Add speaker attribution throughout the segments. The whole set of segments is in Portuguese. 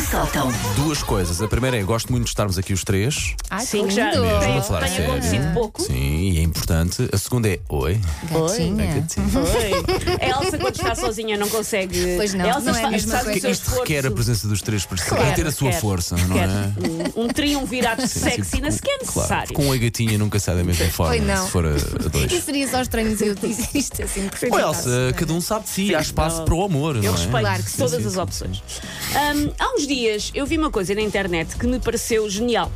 Speaker 1: sótão.
Speaker 2: Duas coisas. A primeira é, gosto muito de estarmos aqui os três.
Speaker 3: Ai,
Speaker 1: Sim,
Speaker 3: que
Speaker 1: já.
Speaker 3: lindo.
Speaker 1: Mesmo,
Speaker 2: Estamos a falar
Speaker 3: Tem
Speaker 2: Tá sério.
Speaker 3: acontecido pouco.
Speaker 2: Sim, e é importante. A segunda é, oi.
Speaker 3: Gatinha.
Speaker 2: É gatinho.
Speaker 4: A Elsa, quando está sozinha, não consegue.
Speaker 3: Pois não,
Speaker 4: a Elsa
Speaker 3: não é a
Speaker 4: fa-
Speaker 3: mesma
Speaker 4: faz o
Speaker 3: coisa.
Speaker 4: seu
Speaker 2: Isto requer a
Speaker 4: esforço.
Speaker 2: presença dos três, porque
Speaker 4: Claro,
Speaker 2: requer ter a sua
Speaker 4: requer,
Speaker 2: força, não
Speaker 4: requer.
Speaker 2: é?
Speaker 4: Um, um triunvirato de sexy, não
Speaker 2: Sim,
Speaker 4: se
Speaker 2: Claro,
Speaker 4: é necessário.
Speaker 2: com a gatinha nunca sai da mesma forma,
Speaker 3: Pois não.
Speaker 2: se for a, a
Speaker 3: E
Speaker 2: dois.
Speaker 3: seria só estranhos eu disse isto assim. porque
Speaker 2: Ou Elsa, cada um sabe de si, há espaço
Speaker 4: é não.
Speaker 2: para o amor,
Speaker 4: Eu
Speaker 2: não é?
Speaker 4: respeito
Speaker 3: Claro que sim.
Speaker 4: todas
Speaker 2: Sim,
Speaker 4: as
Speaker 2: sim,
Speaker 4: opções. Ahm, há uns dias eu vi uma coisa na internet que me pareceu genial.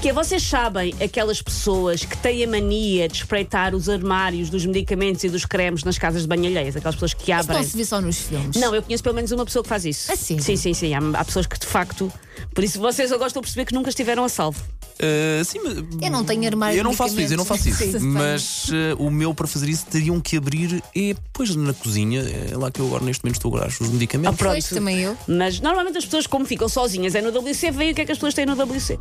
Speaker 4: Que é, vocês sabem aquelas pessoas que têm a mania de espreitar os armários dos medicamentos e dos cremes nas casas de banho alheias, aquelas pessoas que
Speaker 3: Isto não
Speaker 4: abrem.
Speaker 3: se vê só nos filmes.
Speaker 4: Não, eu conheço pelo menos uma pessoa que faz isso.
Speaker 3: A sério?
Speaker 4: Sim, sim, sim. Há, há pessoas que de facto. Por isso vocês só gostam de perceber que nunca estiveram a salvo.
Speaker 2: Uh, sim, mas-
Speaker 3: Eu não tenho armário
Speaker 2: Eu não
Speaker 3: de
Speaker 2: faço isso, eu não faço
Speaker 3: medicamentos.
Speaker 2: isso.
Speaker 3: Sim.
Speaker 2: mas uh, o meu para fazer isso teriam que abrir e depois na cozinha, é lá que eu agora neste momento estou a guardar os medicamentos.
Speaker 4: Ah, pronto.
Speaker 3: Pois, também eu.
Speaker 4: Mas normalmente as pessoas, como ficam sozinhas, é no WC, veem o que é que as pessoas têm no WC.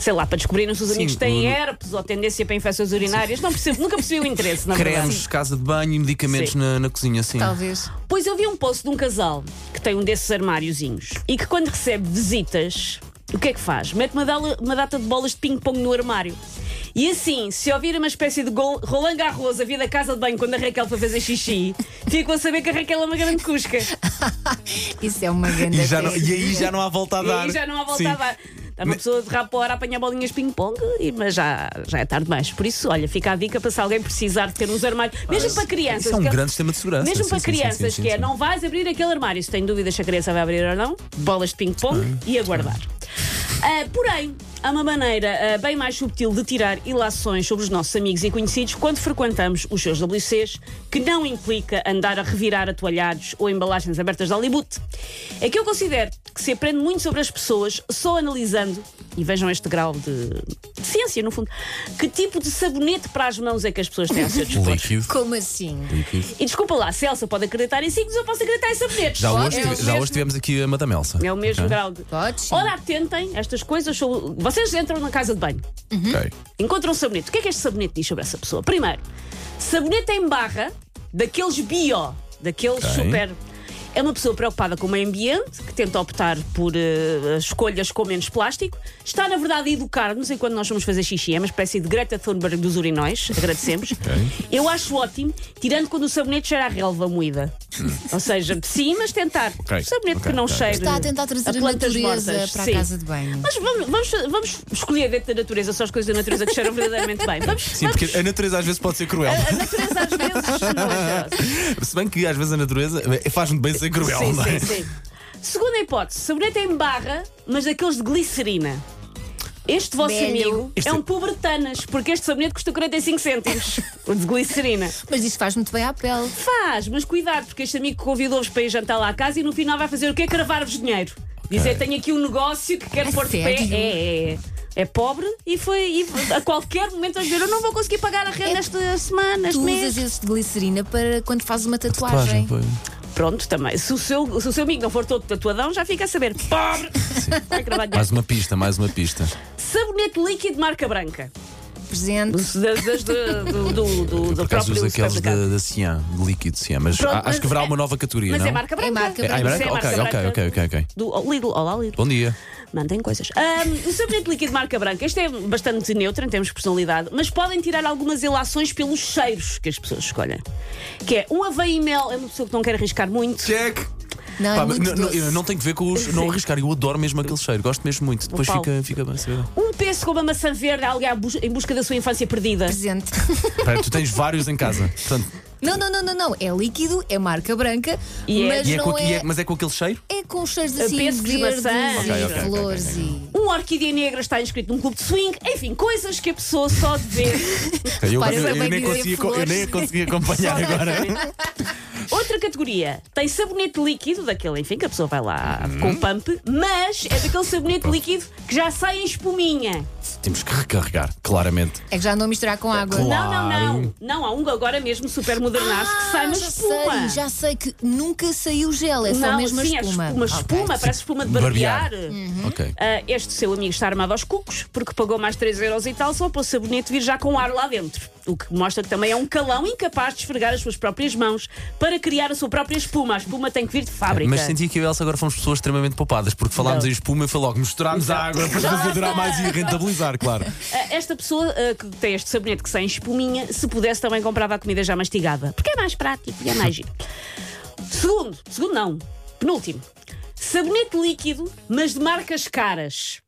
Speaker 4: Sei lá, para descobrirem se os amigos têm
Speaker 2: o-
Speaker 4: herpes ou tendência para infecções urinárias. Não percebo, nunca percebi o interesse, na verdade.
Speaker 2: Cremes, casa de banho e medicamentos
Speaker 4: Sim.
Speaker 2: na, na cozinha, sim.
Speaker 3: Talvez.
Speaker 4: Pois eu vi um post de um casal que tem um desses armáriozinhos e que quando recebe visitas, o que é que faz? Mete uma, dala- uma data de bolas de ping-pong no armário. E assim, se ouvir uma espécie de gol, Roland Garros a vir da casa de banho quando a Raquel foi fazer xixi, ficam a saber que a Raquel é uma grande cusca.
Speaker 3: Isso é uma grande.
Speaker 2: E, já não-
Speaker 3: tese.
Speaker 2: e aí já não há volta a
Speaker 4: E
Speaker 2: dar.
Speaker 4: aí já não há volta
Speaker 2: Sim.
Speaker 4: a dar. Está uma pessoa de rabo para hora a apanhar bolinhas de ping-pong, e- mas já, já é tarde demais. Por isso, olha, fica a dica para se alguém precisar de ter uns armários, mesmo para crianças.
Speaker 2: Isso é um
Speaker 4: que-
Speaker 2: grande sistema de segurança.
Speaker 4: Mesmo
Speaker 2: Sim,
Speaker 4: para
Speaker 2: sim,
Speaker 4: crianças,
Speaker 2: sim, sim,
Speaker 4: que é
Speaker 2: sim.
Speaker 4: não vais abrir aquele armário, se tem dúvidas se a criança vai abrir ou não, bolas de ping-pong e aguardar. Ah, porém, há uma maneira ah, bem mais subtil de tirar ilações sobre os nossos amigos e conhecidos quando frequentamos os seus WCs, que não implica andar a revirar atoalhados ou embalagens abertas de Hollywood. É que eu considero que se aprende muito sobre as pessoas só analisando, e vejam este grau de, de ciência, no fundo, que tipo de sabonete para as mãos é que as pessoas têm ao seu dispor.
Speaker 2: Líquido.
Speaker 3: Como assim?
Speaker 2: líquido.
Speaker 4: E desculpa lá, se a Elsa pode acreditar em signos, eu posso acreditar em sabonetes.
Speaker 2: Já, hoje,
Speaker 3: é o
Speaker 2: tive- já
Speaker 3: mesmo-
Speaker 2: hoje tivemos aqui a Madame Elsa.
Speaker 4: É o mesmo
Speaker 2: Ok?
Speaker 4: grau de.
Speaker 3: Pode sim.
Speaker 4: Ora, atentem, estas coisas. são- Vocês entram na casa de banho,
Speaker 2: Ok.
Speaker 4: encontram um sabonete. O que é que este sabonete diz sobre essa pessoa? Primeiro, sabonete em barra, daqueles bio, daqueles
Speaker 2: Ok.
Speaker 4: super. É uma pessoa preocupada com o meio ambiente, que tenta optar por eh, escolhas com menos plástico. Está, na verdade, a educar-nos enquanto nós vamos fazer xixi. É uma espécie de Greta Thunberg dos urinóis. Agradecemos. Eu acho ótimo, tirando quando o sabonete cheira a relva moída. Ou seja, sim, mas tentar.
Speaker 2: Hum. Ok,
Speaker 4: O sabonete
Speaker 2: ok,
Speaker 4: que não
Speaker 2: ok.
Speaker 4: cheira.
Speaker 3: Está a tentar trazer a,
Speaker 4: plantas
Speaker 3: natureza
Speaker 4: mortas,
Speaker 3: para
Speaker 4: sim.
Speaker 3: a casa de banho.
Speaker 4: Mas vamos, vamos, vamos escolher dentro da natureza só as coisas da natureza que cheiram verdadeiramente bem. Vamos,
Speaker 2: Sim, porque a natureza às vezes pode ser cruel.
Speaker 4: a natureza às vezes não é cheirosa.
Speaker 2: Se bem que às vezes a natureza eh, faz-me bem ser cruel,
Speaker 4: Sim,
Speaker 2: não é?
Speaker 4: sim, sim. Segunda hipótese, sabonete em barra, mas daqueles de glicerina. Este vosso
Speaker 3: Velho.
Speaker 4: amigo
Speaker 2: Este-
Speaker 4: é um pubertanas, porque este sabonete custa 45 cêntimos. o de glicerina.
Speaker 3: Mas isto faz muito bem à pele.
Speaker 4: Faz, mas cuidado, porque este amigo convidou-vos para ir jantar lá a casa e no final vai fazer o quê? Cravar-vos dinheiro. Dizer, tenho aqui um negócio que quero
Speaker 3: A
Speaker 4: pôr de pé.
Speaker 3: sério?
Speaker 4: É, é, é. É pobre e foi e a qualquer momento a dizer eu não vou conseguir pagar a renda
Speaker 3: É-
Speaker 4: esta semana, este
Speaker 3: Tu
Speaker 4: mês.
Speaker 3: usas esses de glicerina para quando fazes uma tatuagem.
Speaker 2: Tatuagem, pois.
Speaker 4: Pronto, também. Se o, seu, se o seu amigo não for todo tatuadão, já fica a saber. Pobre! Vai cravar dinheiro.
Speaker 2: Mais uma pista, mais uma pista.
Speaker 4: Sabonete líquido de marca branca.
Speaker 3: Presente.
Speaker 4: Dos- das- das- do, do, do- do-
Speaker 2: Eu,
Speaker 4: do
Speaker 2: por acaso
Speaker 4: próprio
Speaker 2: uso aqueles
Speaker 4: supermercado.
Speaker 2: da, da Cian, de líquido Cian, mas
Speaker 4: Pronto,
Speaker 2: há- acho que haverá
Speaker 4: mas
Speaker 2: uma
Speaker 4: é-
Speaker 2: nova categoria,
Speaker 4: Mas
Speaker 2: não?
Speaker 4: é marca branca.
Speaker 3: É marca
Speaker 2: É, ah, é branca?
Speaker 4: Isso
Speaker 2: ok, ok, ok, ok, ok.
Speaker 4: Do oh, Lidl. Olá, Lidl.
Speaker 2: Bom dia.
Speaker 4: Mandem coisas. Ahm, o sabonete líquido de marca branca, este é bastante neutro em termos de personalidade, mas podem tirar algumas ilações pelos cheiros que as pessoas escolhem. Que é um aveia e mel, é uma pessoa que não quer arriscar muito.
Speaker 2: Check!
Speaker 3: Não, é muito
Speaker 2: não, não,
Speaker 3: doce.
Speaker 2: não tem que ver com os. Não arriscar, eu adoro mesmo aquele cheiro, gosto mesmo muito. Depois
Speaker 4: Paulo.
Speaker 2: fica, fica bem saber.
Speaker 4: Um pêssego com uma maçã verde, é alguém à bus- em busca da sua infância perdida.
Speaker 3: Presente.
Speaker 2: Espera, tu tens vários em casa. Portanto,
Speaker 3: Não, não, não, não, não. É líquido, é marca branca,
Speaker 4: E é-
Speaker 3: mas
Speaker 2: e é com,
Speaker 3: não
Speaker 2: aque-
Speaker 3: é.
Speaker 2: e é- mas é com aquele cheiro?
Speaker 3: É com cheiros assim
Speaker 4: Penso que os
Speaker 3: verdes
Speaker 4: maçãs.
Speaker 3: e
Speaker 2: Ok, ok, ok,
Speaker 3: flores
Speaker 2: ok,
Speaker 3: e.
Speaker 4: Um orquídea negra está inscrito num clube de swing, enfim, coisas que a pessoa só de ver
Speaker 2: Eu,
Speaker 3: Repara,
Speaker 2: eu-
Speaker 3: eu
Speaker 2: eu
Speaker 3: bem
Speaker 2: nem
Speaker 3: dizer
Speaker 2: consegui, co- eu
Speaker 3: flores. assim.
Speaker 2: nem consegui acompanhar agora.
Speaker 4: Outra categoria tem sabonete líquido, daquele, enfim, que a pessoa vai lá com o pump, mas é daquele sabonete líquido que já sai em espuminha.
Speaker 2: Temos que recarregar, claramente.
Speaker 3: É que já não misturar com água.
Speaker 2: Claro.
Speaker 4: Não, não, não. Não, há um agora mesmo super modernaço que sai
Speaker 3: Ah,
Speaker 4: uma
Speaker 3: já
Speaker 4: espuma.
Speaker 3: sei, já sei que nunca saiu gel, é só
Speaker 4: não,
Speaker 3: mesmo a
Speaker 4: sim,
Speaker 3: espuma.
Speaker 4: é espuma,
Speaker 3: Ok. Hum.
Speaker 4: espuma, parece espuma de
Speaker 2: Barbear.
Speaker 4: barbear.
Speaker 3: Uhum.
Speaker 2: Ok.
Speaker 4: Ah, este seu amigo está armado aos cucos porque pagou mais 3 euros e tal só para o sabonete vir já com ar lá dentro. O que mostra que também é um calão incapaz de esfregar as suas próprias mãos para criar criar a sua própria espuma. A espuma tem que vir de fábrica.
Speaker 2: Mas senti que eu e a Elsa agora fomos pessoas extremamente poupadas, porque falámos
Speaker 4: Não.
Speaker 2: em espuma e foi logo misturámos a água para fazer durar mais e rentabilizar, claro.
Speaker 4: Eh, Esta pessoa eh, que tem este sabonete que sem espuminha, se pudesse também comprava a comida já mastigada, porque é mais prático e é mais giro. Segundo, segundo não, penúltimo. Sabonete líquido, mas de marcas caras.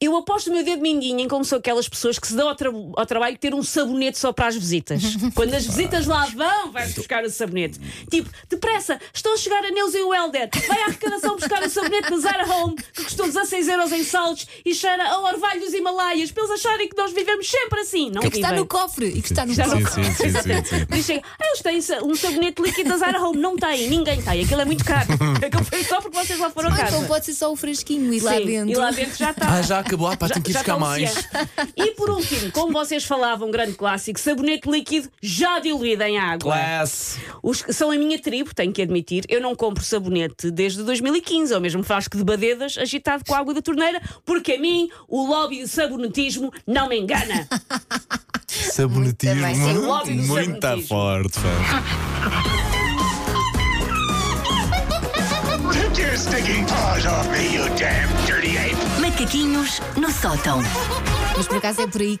Speaker 4: Eu aposto o meu dedo mindinho em como são aquelas pessoas que se dão ao, tra- ao trabalho de ter um sabonete só para as visitas. Quando as visitas lá vão, vais buscar o sabonete. Tipo, depressa, estão a chegar a Neuza e o Helder. Vai à arrecadação buscar o sabonete da Zara Home, que custou 16 euros em saldos e cheira a orvalho dos Himalaias, para eles acharem que nós vivemos sempre assim. Não
Speaker 3: E que está
Speaker 4: vivem.
Speaker 3: no cofre. E que está no
Speaker 4: Está no
Speaker 3: cofre.
Speaker 2: sim,
Speaker 4: cofre.
Speaker 2: sim, sim, sim.
Speaker 4: Diz, chega, ah, eles têm sa- um sabonete líquido da Zara Home. Não tem, ninguém tem. Aquilo é muito caro. Aquilo foi só porque vocês lá foram a
Speaker 3: Ah,
Speaker 4: casa.
Speaker 3: então pode ser só o fresquinho e lá
Speaker 4: Sim,
Speaker 3: dentro.
Speaker 4: E lá dentro já está.
Speaker 2: Ah, já acabou, ah, pá, tenho que ir
Speaker 4: Já-
Speaker 2: buscar
Speaker 4: já está
Speaker 2: mais.
Speaker 4: oceano. E por último, como vocês falavam, um grande clássico, sabonete líquido já diluído em água.
Speaker 2: Class!
Speaker 4: Os que são a minha tribo, tenho que admitir. Eu não compro sabonete desde 2015, ou mesmo frasco de badedas agitado com a água da torneira, porque a mim o lobby do sabonetismo não me engana.
Speaker 2: Sabonetismo.
Speaker 3: Muito bem, sim,
Speaker 4: o lobby do
Speaker 2: Muito
Speaker 4: sabonetismo.
Speaker 2: forte, pá.
Speaker 1: Take your stinking paws off me, you damn dirty ape!
Speaker 5: Macaquinhos no sótão.
Speaker 3: Mas por acaso é por aí